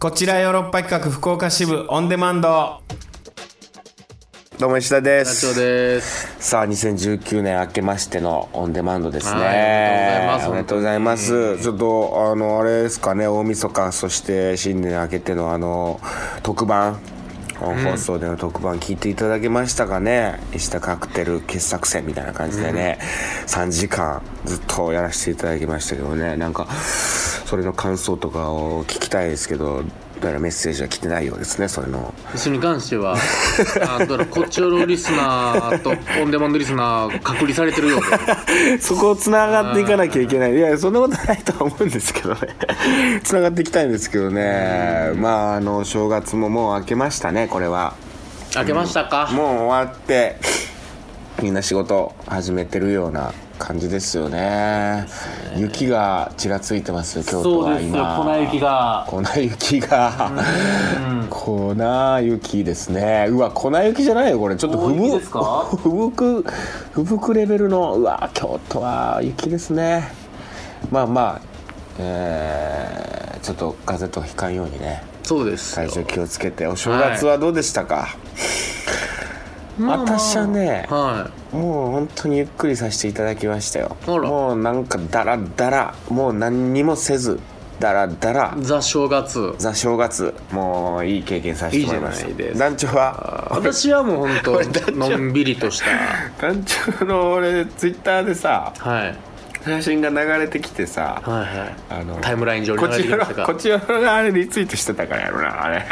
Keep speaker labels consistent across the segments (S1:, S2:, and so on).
S1: こちらヨーロッパ企画福岡支部オンデマンド
S2: どうも石田で
S3: 団長
S2: す。
S3: です。
S2: さあ、2019年明けましてのオンデマンドですね。
S3: はい
S2: お
S3: お
S2: めで
S3: め
S2: と
S3: でと
S2: うご
S3: うご
S2: ざいます。ちょっと、あの、あれですかね、大晦日、そして新年明けてのあの、特番、本放送での特番聞いていただけましたかね、石田カクテル傑作選みたいな感じでね、3時間ずっとやらせていただきましたけどね、なんか、それの感想とかを聞きたいですけど、どうやらメッセージは来てないようですね、それの。
S3: それに関しては、あだからこっちよりリスナーとオンデマンドリスナー隔離されてるようで、
S2: そこをつながっていかなきゃいけないいやそんなことないとは思うんですけどね つながっていきたいんですけどねまああの正月ももう明けましたねこれは
S3: 開けましたか？
S2: もう終わってみんな仕事始めてるような感じですよね雪がちらついてますよ京都
S3: そう
S2: は
S3: ですよ。
S2: 今
S3: 粉雪が。
S2: 粉雪が、粉雪ですねうわ粉雪じゃないよこれちょっとふ
S3: 大
S2: ぶ
S3: 雪ですか
S2: ふぶくふぶくレベルのうわ京都は雪ですねまあまあえーちょっと風邪とかひかんようにね
S3: そうですよ
S2: 体。重気をつけてお正月はどうでしたか、私はね、
S3: は
S2: もう本当にゆっくりさせていただきましたよ
S3: あら
S2: もうなんかダラダラもう何にもせずダラダラ
S3: い。ザ正月。
S2: ザ正月もういい経験させてもらいました
S3: いいじゃないです
S2: 団長は
S3: 私はもう本当のんびりとした。
S2: 団長の俺ツイッターでさ
S3: はい
S2: 写真が流れてきてさ、
S3: はいはい。
S2: あの
S3: タイムライン上に
S2: こ
S3: 流
S2: っ
S3: れ
S2: ち
S3: てき
S2: よ
S3: ま
S2: ろ
S3: した
S2: こっ
S3: か？
S2: ちよろがあれリツイートしてたからやろなあれ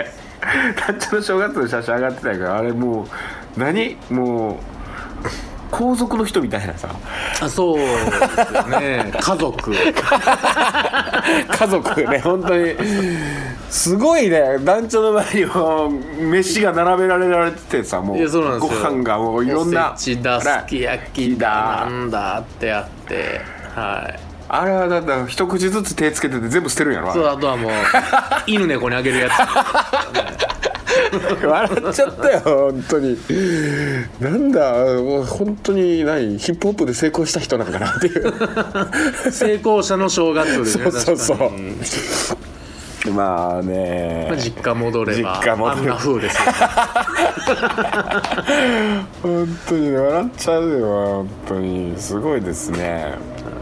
S2: 団長の正月の写真上がってたけどあれもう何 もう皇族の人みたいなさ
S3: あそうです よね。家族。
S2: 家族ね 本当にすごいね団長の前にも飯が並べられられててさも
S3: いや
S2: う
S3: そうなんで
S2: ご
S3: すよ
S2: 飯がもういろんな
S3: おせちだすき焼きだなんだってあってはい
S2: あれはだって一口ずつ手つけてて全部捨てるんやろあ
S3: そう
S2: れ
S3: あとはもう犬猫にあげるやつ
S2: 笑っちゃったよ本当になんだもう本当に何ヒップホップで成功した人なんかなっていう
S3: 成功者の正月です
S2: そ
S3: ね
S2: うそうそう
S3: 確かに
S2: まあね
S3: まあ実家戻れば
S2: 実家戻れば
S3: あんな風ですよね
S2: 本当にね笑っちゃうよ本当にすごいですね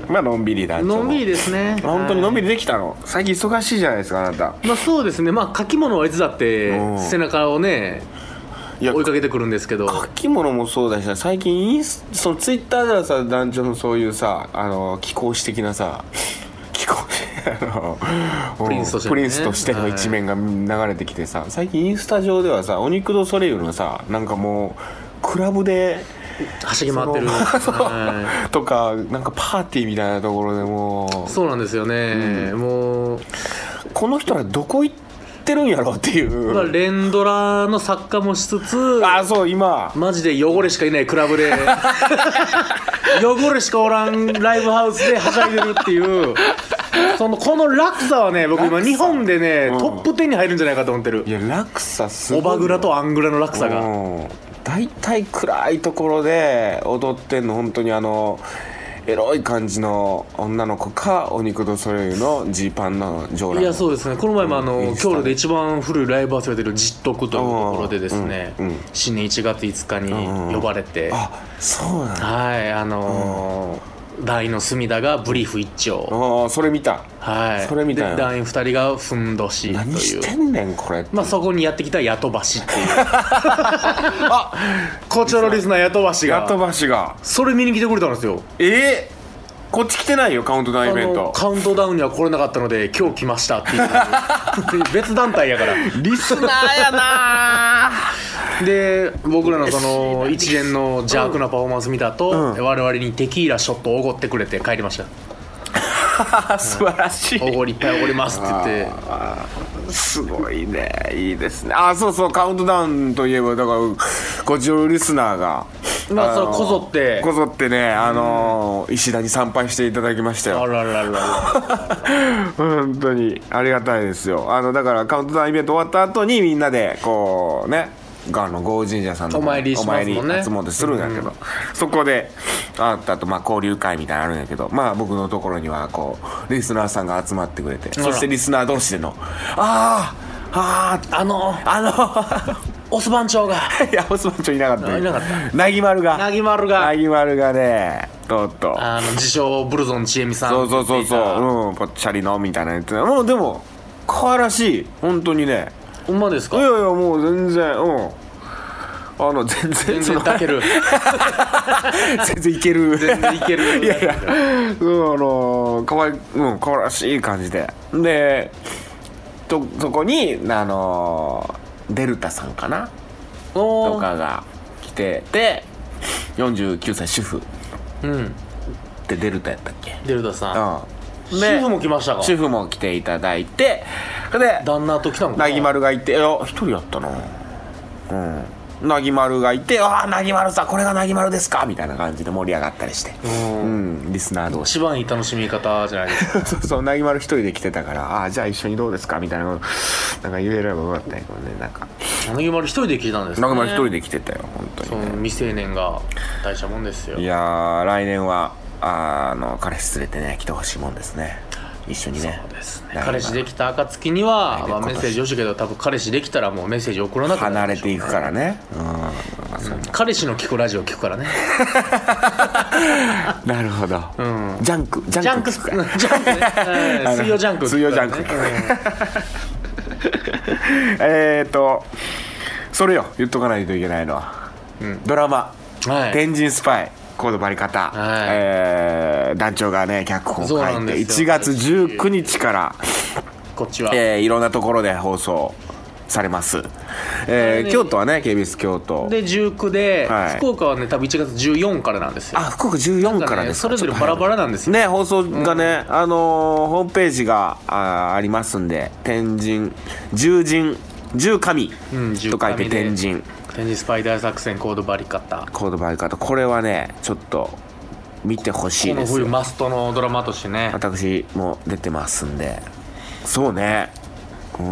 S2: まあのんびりだ
S3: のんびりですね
S2: 本当にのん
S3: び
S2: びりできたの最近忙しいじゃないですかあなた
S3: りまあそうですねまあ書き物はいつだって
S2: うん
S3: 背中をね
S2: いや
S3: 追いかけてくるんですけど
S2: 書き物もそうだしさ最近インスそのツイッターではさ団長のそういうさあの貴公子的なさ貴公子あの
S3: プリンスとしての
S2: プ
S3: ね
S2: リンスとしての一面が流れてきてさ、最近インスタ上ではさ「お肉ドソレイユ」のさなんかもうクラブで
S3: はしぎ回ってる
S2: そのそう
S3: は
S2: とかなんかパーティーみたいなところでも
S3: いうそうなんですよねもう
S2: この人らどこ行ってるんやろっていう、
S3: まあ連ドラの作家もしつつ
S2: あそう今
S3: マジで汚れしかいないクラブ で汚れしかおらんライブハウスではしゃいでるっていうそのこの落差はね僕今日本でね、
S2: うん
S3: トップ10に入るんじゃないかと思ってる
S2: いや落差すごい
S3: オバグラとアングラの落差が
S2: うん大体暗いところで踊ってんの本当にあのエロい感じの女の子かお肉とそれいうのジーパンの上
S3: い
S2: 裸
S3: やそうですねこの前もあ
S2: うん
S3: の
S2: インスタ
S3: 京都で一番古いライブハウスをやってる実徳というところでですね、
S2: うんうんうん
S3: 新年1月5日に呼ばれて、
S2: あそうなんだ
S3: はいあのー団員の隅田がブリーフ一丁、
S2: ああそれ見た
S3: はい
S2: それみたいな
S3: で団員2人がふんどしと
S2: 何
S3: い
S2: し
S3: う
S2: てんねんこれ
S3: まあそこにやってきたヤトバシ っていう あこちらのリスナーヤトバシ
S2: ガト
S3: が
S2: バシが
S3: それ見に来てくれたんですよ
S2: ええこっち来てないよカウントダウンイベン
S3: あの
S2: ト
S3: カウントダウンには来れなかったので今日来ましたっていう 別団体やから
S2: リスナーやな
S3: で僕らのその一連の邪悪なパフォーマンス見たと、
S2: うん
S3: 我々にテキーラショットをおごってくれて帰りました
S2: ー素晴らしい
S3: おごりいっぱいおごりますって言って
S2: すごいねいいですねあそうそうカウントダウンといえばだからこちらのリスナーが
S3: まあそれ
S2: の
S3: こぞって
S2: こぞってねあのー石田に参拝していただきました
S3: あ
S2: よ
S3: らららら
S2: 本当にありがたいですよあのだからカウントダウンイベント終わった後にみんなでこうねがの郷神社さんの
S3: お参りしますもんね
S2: お参り初詣するんだけど、そこであったとまあ交流会みたいなのあるんだけどまあ僕のところにはこうリスナーさんが集まってくれて
S3: あら
S2: そしてリスナー同士での「あああ
S3: あの
S2: ああ
S3: オス番長が
S2: の いやオスマンチョいなかったよ
S3: いなかった
S2: なぎまるが
S3: なぎまるが
S2: なぎまるがねとうとう
S3: あの自称ブルゾンちえみさん
S2: そうそうそうそううんぽっちゃりのみたいなやつもうでも可愛らしい本当にね
S3: ほんまです
S2: い
S3: か
S2: やいやもう全然うんあの全
S3: 全
S2: 然そ
S3: 然
S2: の
S3: 抱ける
S2: 全然いける
S3: 全然いけ る
S2: いやいやうんあのかわいうんかわらしい感じででとそこにあのデルタさんかなと
S3: おー
S2: かが来てで49歳主婦っ
S3: うん
S2: てデルタやったっけ
S3: デルタさん
S2: うんで
S3: 主婦も来ましたか
S2: 主婦も来ていただいてで
S3: 旦那と来たのか
S2: なぎまるがいていや一人やったなうんなぎまるがいて「ああなぎまるさんこれがなぎまるですか」みたいな感じで盛り上がったりして
S3: うん
S2: うんリスナー同士
S3: 一番いい楽しみ方じゃないです か
S2: そうそうなぎまる一人で来てたから「ああじゃあ一緒にどうですか」みたいなことなんか言えればよかったんやけどねなんか
S3: なぎまる一人で来たんです
S2: な
S3: ね
S2: ぎまる一人で来てたよ本当
S3: そ
S2: に
S3: の
S2: ね
S3: 未成年が大したもんですよ
S2: いやー来年はあーあの彼氏連れてね来てほしいもんですね一緒にね
S3: そうですね
S2: なぎまる
S3: 彼氏できた暁には、
S2: 来
S3: ま
S2: 年
S3: あ、メッセージよしけど多分彼氏できたらもうメッセージ送らなくな
S2: 離
S3: る
S2: れ
S3: でしょう
S2: ていくからねうんそう
S3: 彼氏の聞くラジオ聞くからね
S2: なるほど、
S3: ん
S2: ジャンクジ
S3: ジ
S2: ャ
S3: ャ
S2: ン
S3: ン
S2: ク
S3: ク
S2: 聞
S3: ジ
S2: くから
S3: ャンクね うん水曜ジャンク
S2: 水曜ジャンク
S3: 聞くからね
S2: えーっとそれよ言っとかないといけないのは、ドラマ「
S3: はい
S2: 天神スパイ」コードバリ方、
S3: はい
S2: えー団長がね脚本を書
S3: そうないん
S2: て
S3: です
S2: 1
S3: よ
S2: 月19日から、
S3: こっちは
S2: えーいろんなところで放送されます、えー京都はね KBS 京都
S3: で19で、
S2: はい
S3: 福岡はね多分1月14からなんですよ
S2: あ福岡14
S3: だ
S2: から
S3: ね
S2: です
S3: そ
S2: か
S3: れぞれバラバラなんですよ、
S2: ね放送がね、あのーホームページがあーありますんで天神十神十神
S3: うん
S2: と書いて天神
S3: 天神スパイダー作戦コードバリカッター
S2: コードバイカーとこれはねちょっと見てほしい
S3: こ
S2: で
S3: の
S2: す
S3: 冬
S2: よ
S3: マストのドラマとしてね
S2: 私も出てますんでそうねうん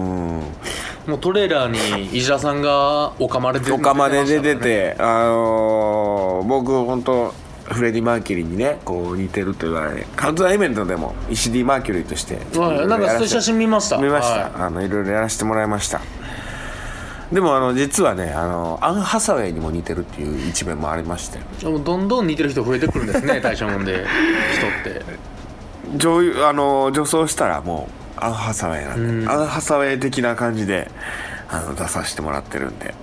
S3: もうトレーラーに石田さんがオカマで出て
S2: おかまで出て
S3: ましたからね
S2: て、あのー僕本当フレディ・マーキュリーにねこう似てると言われカウントダウンイベントでも石 D マーキュリーとして
S3: はいなんかそういう写真見ました
S2: 見ました、
S3: は
S2: あのいろいろやらせてもらいましたでもあの実はねあのアン・ハサウェイにも似てるっていう一面もありまして
S3: いもうどんどん似てる人増えてくるんで すね大したもんで人って
S2: 女優あの女装したらもうアン・ハサウェイなんで、
S3: うん
S2: アン・ハサウェイ的な感じであの出させてもらってるんで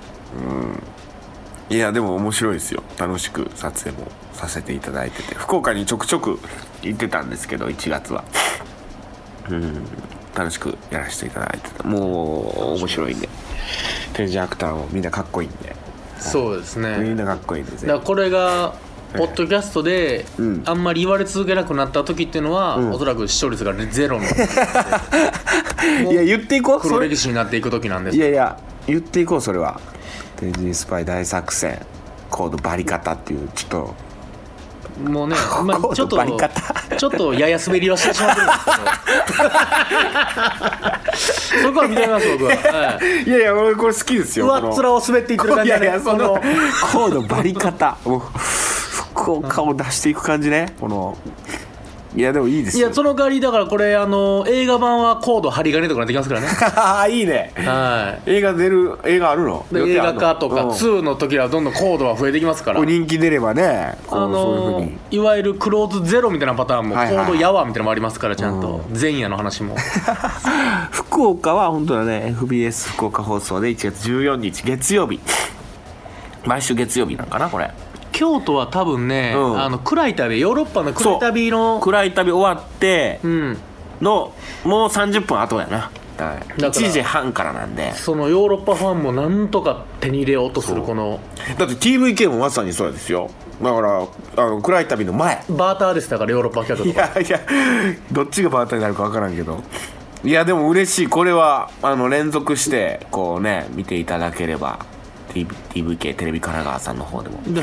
S2: うんいやでも面白いですよ楽しく撮影もさせていただいてて福岡にちょくちょく行ってたんですけど1月はうん楽しくやらせていただいてたもう面白いんで天神アクターもみんなかっこいいんで
S3: そうですね
S2: みんなかっこいいで
S3: だ
S2: す
S3: か
S2: ね
S3: らこれがポッドキャストで
S2: うん
S3: あんまり言われ続けなくなった時っていうのは、おそらく視聴率が ゼロの
S2: いや言っていこう
S3: 黒
S2: それ
S3: 歴史になっていく時なんです
S2: いやいや言っていこうそれは「天神スパイ大作戦コードバリ方」っていうちょっと
S3: もうね、ま
S2: コード
S3: あ、ちょっと
S2: バリ方
S3: ちょっとやや滑りはしてしまってるんで すけどそこは見てみます僕は、はい、
S2: いやいや俺 これ好きですよ
S3: 上っ面を滑っていってる
S2: い
S3: 感じ
S2: や
S3: で、
S2: いや
S3: ね、
S2: そ
S3: こ
S2: の
S3: の
S2: コードバリ方もう福岡を出していく感じねこのいやでもいいです
S3: い
S2: よ
S3: やその代わりだからこれあの映画版はコード針金とかなってきます からね
S2: ああいいね
S3: は
S2: 映画出る映画あるの
S3: いで
S2: 予
S3: 映
S2: 定あ
S3: 画
S2: るの
S3: 化とか
S2: うん
S3: 2の時はどんどんコードは増えてきますから
S2: お人気出ればねこ
S3: あ
S2: うそう
S3: の
S2: いうふう
S3: ー
S2: に
S3: いわゆるクローズゼロみたいなパターンもコ
S2: はいはいはい
S3: ードやわみたいなのもありますからちゃんと前夜の話 も
S2: 福岡は本当だね FBS 福岡放送で1月14日月曜日毎週月曜日なんかなこれ
S3: 京都は多分ね
S2: うん
S3: あの暗い旅ヨーロッパの暗い旅の
S2: 暗い旅終わって
S3: うん
S2: のもう30分後やな、はい、
S3: ら
S2: 1時半からなんで
S3: そのヨーロッパファンもなんとか手に入れようとするこの
S2: だって TVK もまさにそうですよだからあの暗い旅の前
S3: バーターでしたからヨーロッパ客と
S2: い
S3: か
S2: やいやどっちがバーターになるか分からんけどいやでも嬉しいこれはあの連続してこうね見ていただければ TV TVK テレビ神奈川さんの方でも
S3: で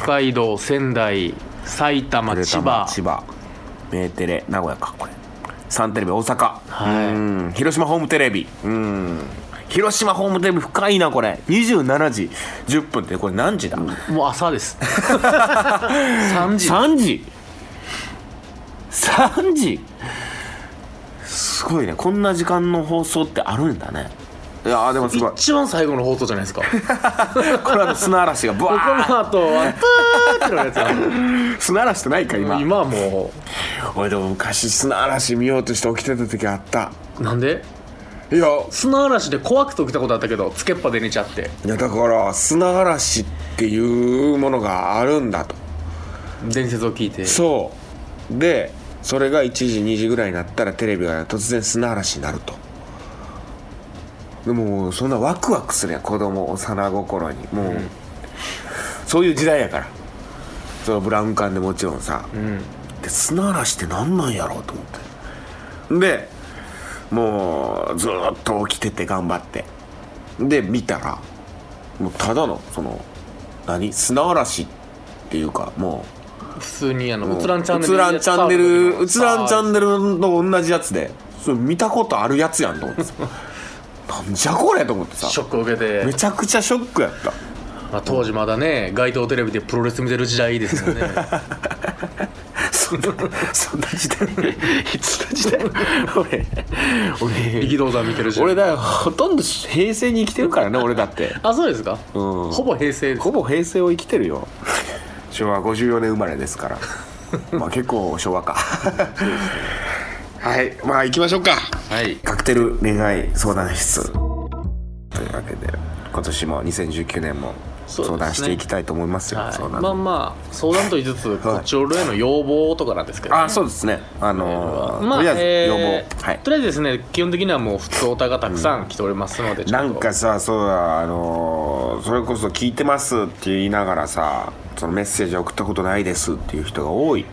S3: 北海道仙台埼玉千葉
S2: 千葉メーテレ名古屋かこれサンテレビ大阪、
S3: はい
S2: うん広島ホームテレビうん広島ホームテレビ深いなこれ27時10分ってこれ何時だ、
S3: もう朝です 3時
S2: 3時3時すごいねこんな時間の放送ってあるんだねいやーでもすごい
S3: 一番最後の放送じゃない ですか
S2: これあの砂嵐がブ
S3: こ
S2: ワー
S3: の後はプーってなるやつや
S2: 砂嵐ってないか今
S3: ん今はも
S2: 俺でも昔砂嵐見ようとして起きてた時あった
S3: うなんで
S2: いや
S3: 砂嵐で怖くて起きたことあったけどつけっぱで寝ちゃって
S2: いやだから砂嵐っていうものがあるんだと
S3: 伝説を聞いて
S2: そうでそれが1時2時ぐらいになったらテレビが突然砂嵐になるとでもそんなワクワクするやん子供幼心にもう、そういう時代やからそのブラウン管でもちろんさ、で砂嵐って何なんやろうと思ってでもうずーっと起きてて頑張ってで見たらもうただのその何砂嵐っていうかもう
S3: 普通にあのうつらんチャンネル
S2: うつらんチャンネルうつらんチャ
S3: ネ
S2: ンネルの同じやつでそれ見たことあるやつやんと思って さなんじゃこれと思ってさ
S3: ショックを受けて
S2: め、ちゃくちゃショックやった
S3: まあ、当時まだね街頭テレビでプロレス見てる時代です よね
S2: そんなそんな時代いつの時代俺
S3: 力道山見てる時代
S2: 俺だよほとんど平成に生きてるからね俺だって
S3: あそうですか、
S2: うん
S3: ほぼ平成です
S2: ほぼ平成を生きてるよ昭和54年生まれですから まあ結構昭和 かはいまあ行きましょうか
S3: はい
S2: カクテル恋愛相談室というわけで今年も2019年も
S3: そうです
S2: 相
S3: ね
S2: 談していきたいと思いますよ
S3: はい、
S2: 相
S3: ま
S2: 談
S3: あまあ相談と言いつつ、こっちおるへの要望とかなんですけど、
S2: あそうですねあのー
S3: ま
S2: と
S3: あ、
S2: りあえ
S3: え
S2: ず要望、
S3: ー
S2: はい
S3: とりあえずですね基本的にはもう普通おたがたくさん来ておりますので、ちょっ
S2: な
S3: と
S2: んかさそうだあのーそれこそ「聞いてます」って言いながらさそのメッセージ送ったことないですっていう人が多い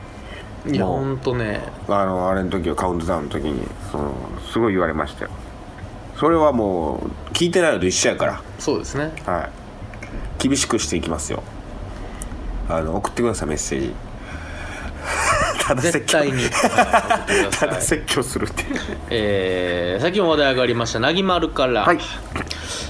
S3: いや
S2: もう
S3: ほんとね
S2: あのあれの時はカウントダウンの時にそのすごい言われましたよそれはもう聞いてないのと一緒やから
S3: そうですね
S2: はい厳しくしていきますよあの送ってくださいメッセージ ただ
S3: 絶
S2: 説教
S3: 対に、はい送ってくださ
S2: た
S3: い
S2: だ説教するっていう
S3: えー、先ほど話題上がりましたなぎまるから、
S2: はい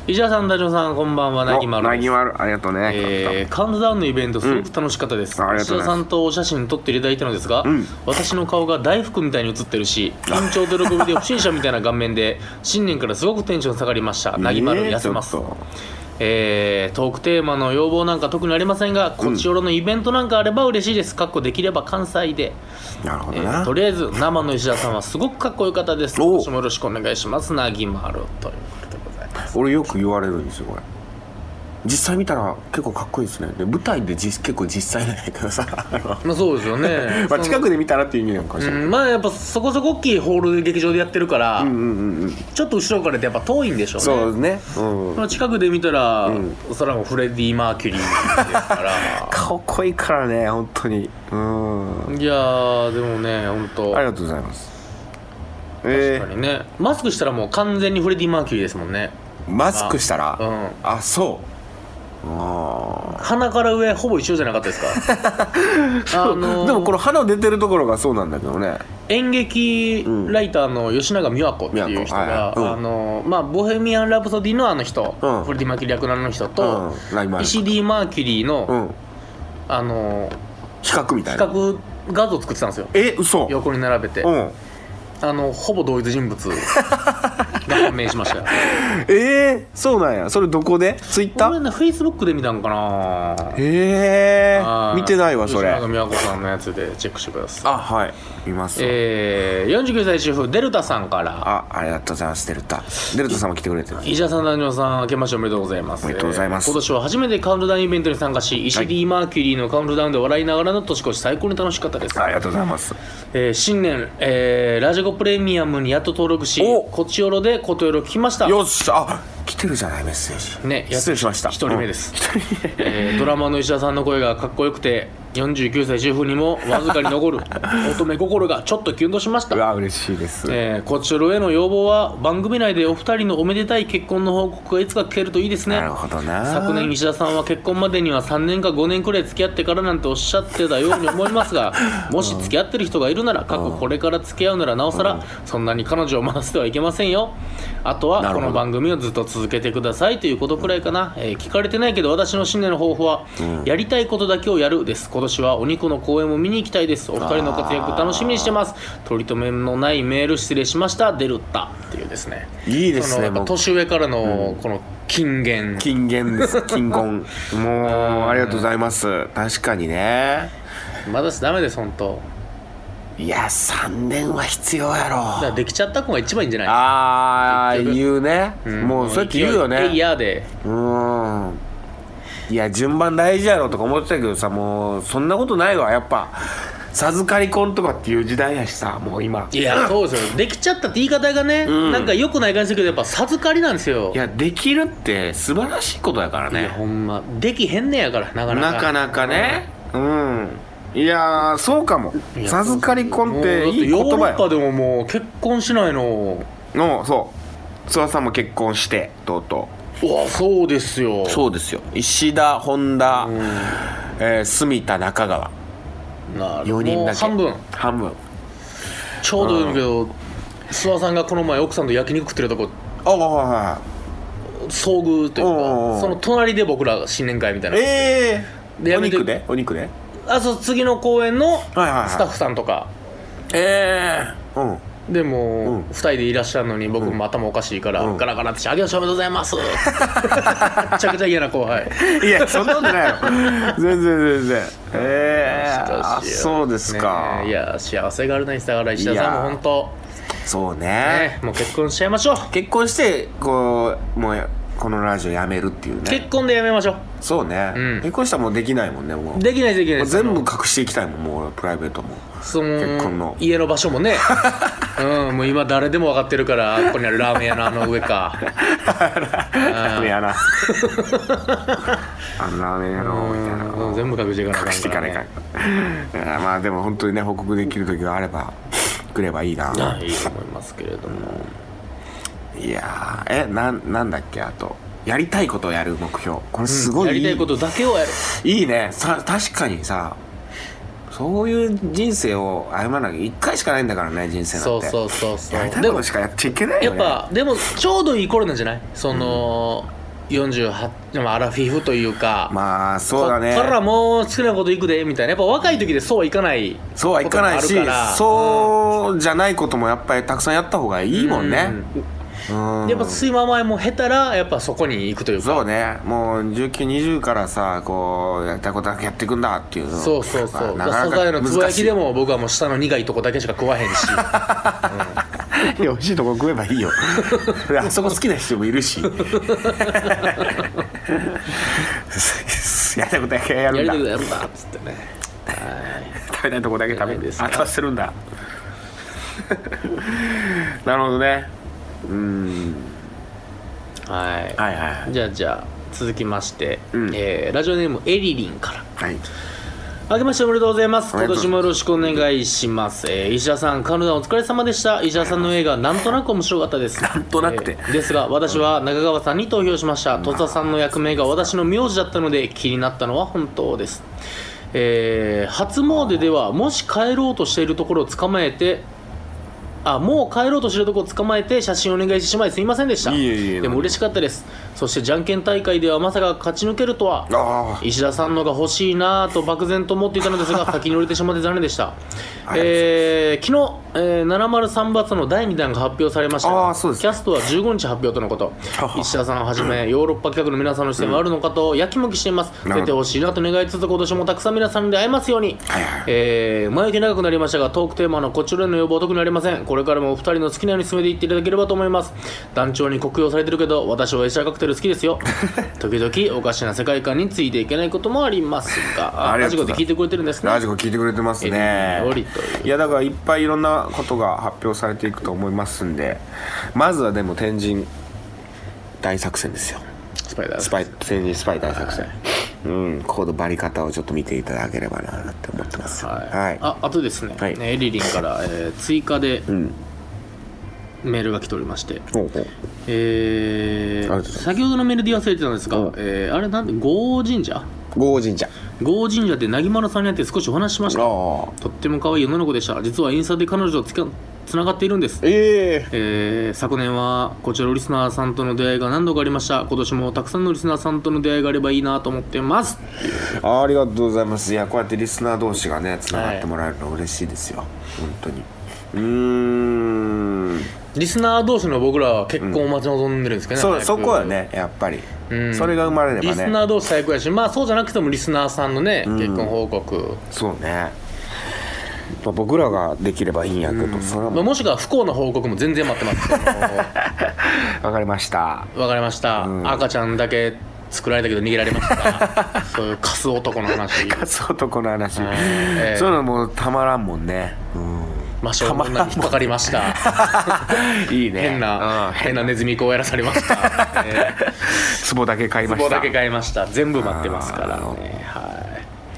S3: 石田さん大丈夫さんこんばんはなぎま
S2: おな
S3: るで
S2: ぎ
S3: す
S2: まるありがとうね、
S3: えー、カウントダウンのイベントすごく楽しかったです、
S2: うんありがとう
S3: 石
S2: ご
S3: 田
S2: ざいます
S3: さんとお写真撮っていただいたのですが、
S2: ん
S3: 私の顔が大福みたいに写ってるし緊張と喜びで不審者みたいな顔面で新年からすごくテンション下がりましたなぎまる痩せます
S2: えーちょっと
S3: えートークテーマの要望なんか特にありませんがこっちよろのイベントなんかあれば嬉しいですかっこできれば関西で
S2: なるほ
S3: え
S2: ど
S3: ー
S2: な、
S3: とりあえず生の石田さんはすごくかっこよかったです
S2: おう
S3: 今年もよろしくお願いしますなぎまるということでございます
S2: 俺よく言われるんですよこれ実際見たら結構かっこいいですねで舞台で実結構実際なんやけどさあ の
S3: まあそうですよ ね
S2: まあ近
S3: く
S2: くで見たらっていう意味なのかもしれない、
S3: まあやっぱそこそこ大きいホールで劇場でやってるから、
S2: うんうんうん
S3: ちょっと後ろからってやっぱ遠いんでしょうね
S2: そうね、うん、
S3: まあ近くで見たら、それはもうフレディ・マーキュリーですか ら
S2: かっこいいからね本当にうん
S3: いやーでもね本当
S2: ありがとうございますえ
S3: 確かにねマスクしたらもう完全にフレディ・マーキュリーですもんね
S2: ーマスクしたら
S3: う
S2: あ,、
S3: ん
S2: そうあ
S3: 鼻から上ほぼ一緒じゃなかったです かあ
S2: あ
S3: のー
S2: でもこの花出てるところがそうなんだけどね
S3: 演劇ライターの吉永美和子っていう人が、
S2: 美和子はいはいうん
S3: あのまあ、ボヘミアン・ラプソディのあの人、
S2: うん
S3: フレディ・マーキュリー役のあの人と、
S2: うんライマル
S3: 石 D ・マーキュリーの、
S2: うん
S3: あの
S2: 比較みたい
S3: 比
S2: な
S3: 較画像作ってたんですよ
S2: え嘘
S3: 横に並べて、
S2: うん
S3: あのほぼ同一 人物が判明しましたよ
S2: えー、そうなんやそれどこでツイッタ
S3: これ
S2: ー
S3: ねフェイスブックで見たんかな
S2: え
S3: は
S2: ー、
S3: い
S2: 見てないわそれ
S3: 吉永美和子さんのやつでチェックしてください
S2: あはい見ますわ、
S3: えー、49歳主婦デルタさんから
S2: あありがとうございますデルタデルタさんも来てくれてる
S3: 石田さん、男女さん、明けましておめでとうございます。
S2: おめでとうございます
S3: えー今年は初めてカウントダウンイベントに参加し、石 D マーキュリーのカウントダウンで笑いながらの年越し、最高に楽しかったです。
S2: ありがとうございます
S3: えー新年、えーラジコプレミアムにやっと登録し、
S2: お
S3: こっちよろでことよろ聞きました。
S2: よっしゃあ来てるじゃないメッセージ
S3: ねやっ
S2: 失礼しました
S3: 一人目です
S2: うん一人目
S3: えードラマの石田さんの声がかっこよくて、49歳主婦にもわずか に残る乙女心がちょっとキュンとしました
S2: う。わ嬉しいです、
S3: えー、こちらへの要望は番組内でお二人のおめでたい結婚の報告がいつか聞けるといいですね
S2: なるほどな
S3: 昨年石田さんは結婚までには3年か5年くらい付き合ってからなんておっしゃってた ように思いますがもし付き合ってる人がいるなら過去これから付き合うならなおさらそんなに彼女を待たせてはいけませんよあと
S2: な
S3: は
S2: る
S3: こ
S2: ほど
S3: の番組をずっと続けてくださいということくらいかな、えー聞かれてないけど私の新年の抱負は、やりたいことだけをやるです今今年はお肉の公演も見に行きたいですお二人の活躍楽しみにしてます取り留めのないメール失礼しましたデルタっていうですね
S2: いいですね
S3: そのやっぱ
S2: もう
S3: 年上からのこの金言、
S2: 金言です金言もうありがとうございます確かにね
S3: まだダメです本当
S2: いや3年は必要やろ
S3: だからできちゃった子が一番いいんじゃない
S2: あー
S3: 結局
S2: 言うね、
S3: ん
S2: もうそうやって言うよ
S3: 勢いでい
S2: ね
S3: やで
S2: うーんいや順番大事やろとか思ってたけどさもうそんなことないわやっぱ授かり婚とかっていう時代やしさもう今
S3: いやそうですよできちゃったって言い方がね、
S2: ん
S3: なんか良くない感じだけどやっぱ授かりなんですよ
S2: いやできるって素晴らしいことやから
S3: いや
S2: ね
S3: ほんまできへんねやからなかなか
S2: なかなかねうんいやーそうかも
S3: いや
S2: 授かり婚っていい言
S3: もうだってヨーロ
S2: 葉
S3: ッパ
S2: や
S3: でももう結婚しないの
S2: のそう諏訪さんも結婚してとうと
S3: うわそうですよ
S2: うそうですよ石田本田、
S3: うん
S2: えー住田中川
S3: なる
S2: 4人
S3: も
S2: だ
S3: う
S2: け
S3: 半分
S2: 半分
S3: ちょうどいいんだけど諏訪さんがこの前奥さんと焼肉食ってるとこ
S2: ああは
S3: 遭遇という
S2: おうおうお
S3: か
S2: う
S3: その隣で僕ら新年会みたい
S2: い
S3: な
S2: ええ
S3: で
S2: お
S3: やめ
S2: 肉
S3: て
S2: でお肉で
S3: あそう次の公演のスタ
S2: はいはい
S3: ッフさんとか
S2: ええうん
S3: で
S2: う
S3: も
S2: ん
S3: 2人でいらっしゃるのに僕も頭おかしいから
S2: うん
S3: ガラガラってして「あげましょうおめでとうござい ます」めちゃくちゃ嫌な後輩
S2: いやそんなことない よ全然全然ええ
S3: 懐
S2: あ
S3: かしいよ
S2: そうですか、
S3: ねえいや幸せがあるないですだから石田さんも本当
S2: そうね
S3: ねもう結婚しちゃいましょう
S2: 結婚してこうもうこのラジオやめるっていうね
S3: 結婚でやめましょ
S2: そうね、
S3: うん
S2: 結婚したらもうできないもんねもう
S3: うできないですできない
S2: もう
S3: です
S2: 全部隠していきたいもんもう俺プライベートも
S3: そ
S2: 結婚
S3: の
S2: の
S3: 家の場所も ねうんもう今誰でも分かってるからここにあるラーメン屋のあの上か
S2: ラーメン 屋なあのラーメン屋の
S3: う
S2: みたいなん
S3: 全部隠していかなあか
S2: 隠
S3: んからね
S2: していかないかんまあでも本当にね報告できる時があればくればいいな
S3: あいいと思いますけれども
S2: いやーえなんなんだっけあとやりたいことをやる目標これすごい、
S3: やりたいことだけをやる
S2: いいねさ確かにさそういう人生を歩まなきゃ一回しかないんだからね人生なんて
S3: そうそうそうそ
S2: やりた
S3: う
S2: い
S3: で
S2: こ
S3: も
S2: としかやっちゃいけないよ
S3: やっ
S2: ね
S3: ぱでもちょうどいい頃なんじゃないその48まあアラフィフというか
S2: まあそうだね
S3: こっからもう好きなこと行くでみたいなやっぱ若い時でそうはいかない
S2: そうはいかないし
S3: こともあるから
S2: そうじゃないこともやっぱりたくさんやった方がいいもんねうん
S3: うんやっぱ睡魔前も減ったらやっぱそこに行くというか
S2: そうねもう1920からさこうやりたいことだけやっていくんだっていうの
S3: そうそうそう
S2: なかな
S3: 素
S2: か
S3: 材のつぶや
S2: 難し
S3: き
S2: い
S3: でも僕はもう下の苦いとこだけしか食わへん し
S2: いや美味しいとこ食えばいいよ あそこ好きな人もいるしやりたいことだけや
S3: や
S2: るん
S3: り
S2: だ
S3: たくやるんだっつってね
S2: 食べたいとこだけ食べ
S3: いい
S2: る
S3: ですね
S2: あとはしてるんだ なるほどねうん
S3: はい、
S2: はいはいはい
S3: じゃあじゃあ続きまして、
S2: うん
S3: えーラジオネームエリリンから
S2: はい
S3: あけましておめでとうございます。
S2: おめで
S3: 今
S2: とう
S3: 年もよろしくお願いします。えー石田さん、カルダお疲れ様でした。石田さんの映画、なんとなく面白かったです。なん
S2: となくて
S3: ですが、私は中川さんに投票しました。戸田さんの役名が私の名字だったので、気になったのは本当です。えー初詣では、もし帰ろうとしているところを捕まえて、あもう帰ろうとしてるとこ捕まえて写真お願いしてしまいすいませんでした
S2: いえいえ
S3: でも嬉しかったですそしてじゃんけん大会ではまさか勝ち抜けるとは
S2: ああ
S3: 石田さんのが欲しいなぁと漠然と思っていた のですが先に折れてしまって残念でした、えー昨日、えー703バツの第2弾が発表されましたが
S2: あーそうです
S3: キャストは15日発表とのこと石田さんをはじ めヨーロッパ企画の皆さんの視点はあるのかとやきもきしています
S2: なるほど
S3: 出てほしいなと願いつつ今年もたくさん皆さんで会えますように、
S2: はいはい
S3: えー前置き長くなりましたがトークテーマのこちらへの要望は特にありませんこれからもお二人の好きなように進めていっていただければと思います団長に酷評されてるけど私はエシャカクテル好 きですよ時々おかしな世界観についていけないこともありますが
S2: あり
S3: ラ
S2: が
S3: ジ
S2: とうご
S3: コ
S2: ざいます
S3: で聞いてくれてるんですね
S2: ラジコ聞いてくれてますね
S3: エリオリという
S2: いやだからいっぱいいろんなことが発表されていくと思いますんでまずはでも天神大作戦ですよ
S3: スパイダー
S2: スパイ天神スパイ大作戦うんここのバリ方をちょっと見ていただければなって思ってます
S3: はい、
S2: はい
S3: ああとですね、
S2: はい
S3: ねエリリンから、えー追加で
S2: ん
S3: メールが来ておりまして、
S2: ほうほうありがとうござい
S3: えー、
S2: ます
S3: 先ほどのメールで忘れてたんですが、
S2: うん
S3: えーあれなんで郷神社
S2: 豪神社
S3: 郷神社ってなぎまるさんに会って少しお話ししました
S2: ああ
S3: とっても可愛い女の子でした実はインスタで彼女をつかつながっているんです
S2: え
S3: えー昨年はこちらのリスナーさんとの出会いが何度かありました今年もたくさんのリスナーさんとの出会いがあればいいなと思ってます
S2: えありがとうございますいやこうやってリスナー同士がねつながってもらえるの嬉しいですよ、本当にうーん
S3: リスナー同士の僕らは結婚を待ち望んでるんですけどね、
S2: そ
S3: 早
S2: そ
S3: く
S2: こはねやっぱり、
S3: ん
S2: それが生まれれば
S3: リスナ
S2: ね
S3: ー同士最高やしまあそうじゃなくてもリスナーさんのね、結婚報告、
S2: そうね、まあ、僕らができればいいんやけど、それは
S3: まあ、
S2: も
S3: もしくは不幸の報告も全然待っ てますけど
S2: うわかりました
S3: わかりました、赤ちゃんだけ作られたけど逃げられましたそういうカス男の 話
S2: 勝つ男の話、
S3: いええ
S2: そういうのもうたまらんもんね、うん、
S3: 魔性の女に引っかかりました
S2: いいね
S3: 変な、
S2: うん
S3: 変なネズミ子をやらされ ました、えー
S2: 壺だけ買いま
S3: 壺
S2: した
S3: だけ買いました全部待ってますから
S2: あ
S3: ねは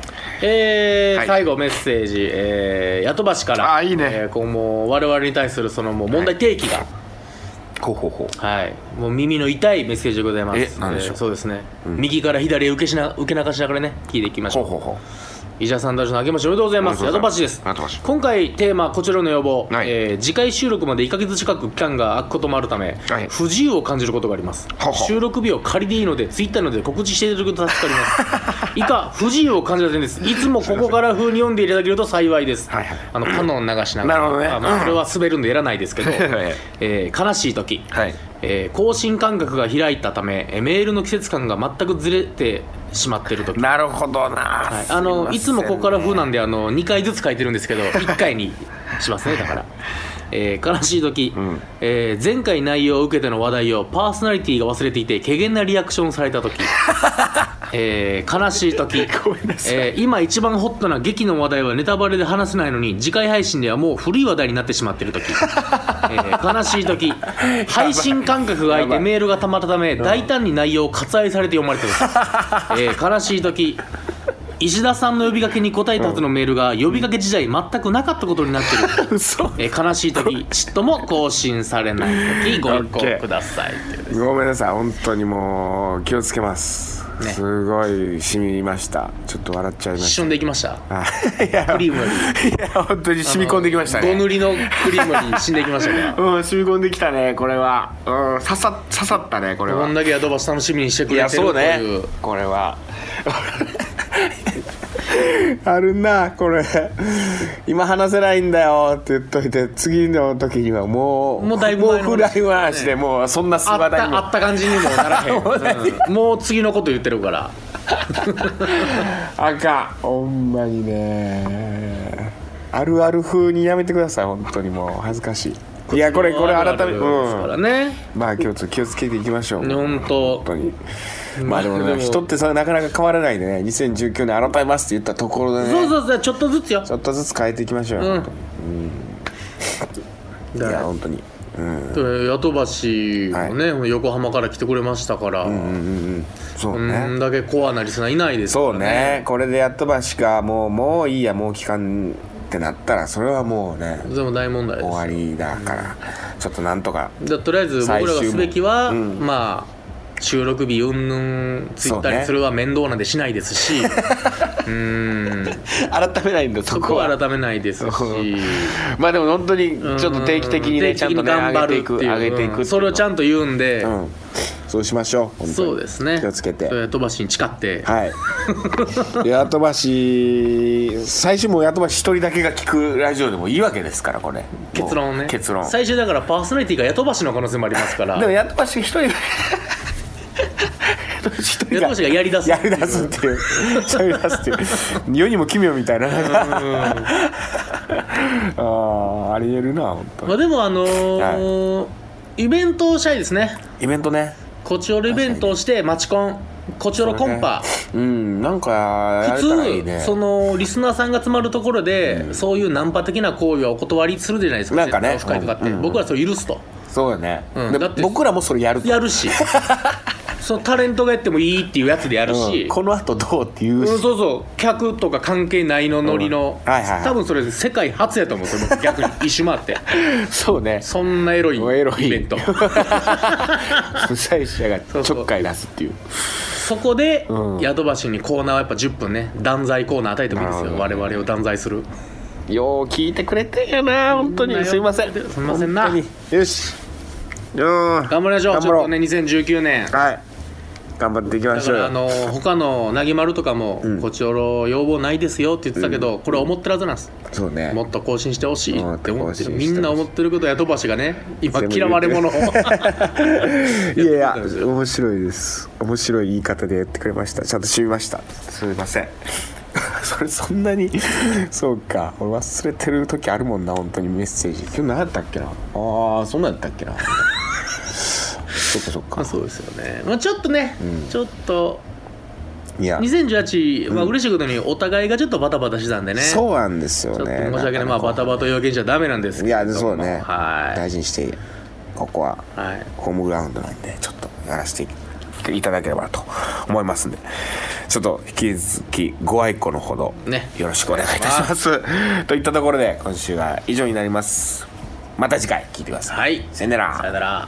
S3: いえー
S2: はい
S3: 最後メッセージ、えー、ヤトバシから
S2: あーいいね
S3: えー、こうもう我々に対するそのもう問題提起が
S2: ほうほうほう
S3: はい、もう耳の痛いメッセージでございます
S2: え何でしょう
S3: そうですね、右から左へ受けしな受け流しながらね聞いていきまし
S2: ほ
S3: ょ
S2: う
S3: う
S2: ほうほう
S3: 伊沢さんたちの明けましておめでとうございます
S2: おめでと
S3: ヤト
S2: うご
S3: バ
S2: ざ
S3: シ
S2: いま
S3: ですす
S2: ヤトバシ
S3: 今回テーマこちらの要望、
S2: はい
S3: えー次回収録まで1か月近く期間が空くこともあるため、
S2: はい
S3: 不自由を感じることがあります
S2: はは
S3: 収録日を仮でいいのでツイッターなどで告知していただくと助かります 以下不自由を感じた点ですいつもここから風に読んでいただけると幸いです、
S2: はいはい
S3: あのカノン流しながら
S2: なるほどね
S3: あまあこれは滑るんでやらないですけど、
S2: はい
S3: えー悲しい時、
S2: はい
S3: えー更新感覚が開いたためえーメールの季節感が全くずれてしまってる時
S2: なるほどな、
S3: はい、
S2: すません
S3: あ
S2: ね
S3: のいつもここから風なんであの2回ずつ書いてるんです けど1回にしますねだから、えー悲しい時、えー前回内容を受けての話題をパーソナリティが忘れていて怪げなリアクションされた時 えー悲しい時
S2: ごめんなさい
S3: えー今一番ホットな劇の話題はネタバレで話せないのに次回配信ではもう古い話題になってしまってる 時、えー悲しい時配信感覚が空いてメールがたまったため大胆に内容を割愛されて読まれ てます、えー悲しい時石田さんの呼びかけに答えたはずのメールが呼びかけ時代全くなかったことになって る、
S2: 嘘
S3: えー悲しい時ちっとも更新されない時ご旅行くださいっていう
S2: ごめんなさい本当にもう気をつけます、
S3: ね
S2: すごい染みましたちょっと笑っちゃいま
S3: 一
S2: し
S3: 瞬でいきま した
S2: たあいや
S3: クリームよ
S2: いや本当に染み込んできました
S3: あの
S2: ね
S3: ゴ塗りのクリームに死んでいきました から
S2: うん染み込んできたねこれはうん刺さ刺さったねこれ
S3: こ
S2: は
S3: んだけヤドバシ楽しみにしてく
S2: い
S3: れ
S2: や
S3: てる
S2: そ
S3: と
S2: うね
S3: いう
S2: これは あるなこれ今話せないんだよって言っといて次の時にはもう
S3: もうだいぶ
S2: も
S3: 前
S2: う
S3: の
S2: フライ回しでもうそんな素
S3: あっ
S2: 肌に
S3: た
S2: も
S3: あった感じにもなら へん
S2: もう何
S3: うんもう次のこと言ってるから
S2: あかんほんまにねあるある風にやめてください本当にもう恥ずかしいいやこれこれ改め
S3: て
S2: て
S3: ですか
S2: う
S3: ら
S2: ん
S3: ね
S2: まあ気をつ気をつけていきましょう
S3: 本当
S2: 本当にまあでも
S3: で
S2: ね
S3: も
S2: 人ってさなかなか変わらないでね2019年改めますって言ったところでね
S3: そうそうそうちょっとずつよ
S2: ちょっとずつ変えていきましょうよ、
S3: う
S2: 本
S3: ん
S2: 当にいや本当にうん
S3: ヤトバシもね、横浜から来てくれましたから、
S2: うんうんうんそう
S3: こ
S2: ね、
S3: んだけコアなリスナーいないですから
S2: そうねこれでやっとばしかもうもういいやもう期間ってなったらそれはもうね
S3: でも大問題
S2: 終
S3: で
S2: わりだからちょっとなんとか
S3: すだとりあえず僕らがすべきは、
S2: 最終問
S3: まあ収録日うんぬんツイッタ
S2: そう
S3: ー
S2: ね
S3: にそれは面倒なんでしないですし うーん
S2: 改めないんだ
S3: そこは改めないですし
S2: まあでも本当にちょっと定期的にね
S3: 定期
S2: ちゃんとね
S3: 頑
S2: 上
S3: 張
S2: げて
S3: る
S2: いく
S3: っていう
S2: 上げていく
S3: うんそれをちゃ
S2: ん
S3: んと言うんで、
S2: うんそうしましょう本当に
S3: そうですね
S2: 気をつけて
S3: それは飛ばしに誓って、
S2: はいやとばし最初もうやとばし一人だけが聞くラジオでもいいわけですからこれ
S3: 結論を
S2: も
S3: ね
S2: う結論
S3: 最初だからパーソナリティがヤトバシの可能性もありますか ら
S2: でもやとばし一人やとばし一人
S3: ヤトバシがやりだす
S2: やりだすっていうやりだすっていう世にも奇妙みたい なああありえるな本当
S3: まあでもあのーイベントをしたいですね
S2: イベントね
S3: コチオロイベントをしてマチコンコチオロコンパ、
S2: うんなんかや
S3: 普
S2: れたらいい
S3: 通
S2: ね
S3: そのリスナーさんが集まるところで、そういうナンパ的な行為はお断りするじゃないですか
S2: なんかね
S3: 絶対オフ会とかって、
S2: うんうん
S3: 僕らそれ許すと
S2: そうよね、
S3: うん
S2: で
S3: だって
S2: 僕らもそれやると
S3: や るしそのタレントがやってもいいっていうやつでやるし、
S2: うんこの後どうっていう
S3: うん、
S2: し
S3: そうそう客とか関係ないのノリの、
S2: うんはいはいはい
S3: 多分それ世界初やと思うそれ逆に一周 回って
S2: そうね
S3: そんなエロい
S2: エロい
S3: イベ ント
S2: 不採者が
S3: そう
S2: ち
S3: そう
S2: ょっかい出すっていう
S3: そこで、
S2: うん
S3: ヤドバシにコーナーはやっぱ10分ね断罪コーナー与えてもいいです
S2: なる
S3: よ
S2: ほ
S3: 我々を断罪する
S2: よう聞いてくれてんやな本当にすいません
S3: すいませんな
S2: 本当によしよ
S3: 頑張りましょう
S2: 頑
S3: ち
S2: 張
S3: ょっ
S2: ろ
S3: と
S2: う
S3: ね2019年
S2: はい頑張っていきま
S3: だ
S2: し
S3: か
S2: ょうよ
S3: らあの他のなぎまるとかも「こちおろ要望ないですよ」って言ってたけどこれ思ってるはずなんです
S2: そうね
S3: もっと更新してほしいって思
S2: も
S3: っ
S2: っと更新しててほしい
S3: みんな思ってることやとばしがね今
S2: 全部
S3: 嫌わ れ者を
S2: いやいや面白いです面白い言い方でやってくれましたちゃんと締めましたすいません それそんなに そうか俺忘れてる時あるもんな本当にメッセージ今日何やったっけなああそんなんやったっけな そっかそっ
S3: まあ
S2: か
S3: そうですよね、まあ、ちょっとね、ちょっと
S2: いや
S3: 2018まあ嬉しいことにお互いがちょっとバタバタしてたんでねちょっ
S2: そうなんですよ
S3: と
S2: ね
S3: 申し訳ない、まあ、バタバタ要件じゃダメなんです
S2: い
S3: けれ
S2: や
S3: ども
S2: そうね
S3: は、
S2: 大事にしてここはい
S3: はい、
S2: ホームグラウンドなんでちょっとやらせていただければと思いますんでちょっと引き続きご愛顧のほど
S3: ね
S2: よろしくお願いいたしますといったところで今週は以上になりますまた次回聞いてください、
S3: はい、
S2: さよなら
S3: さよなら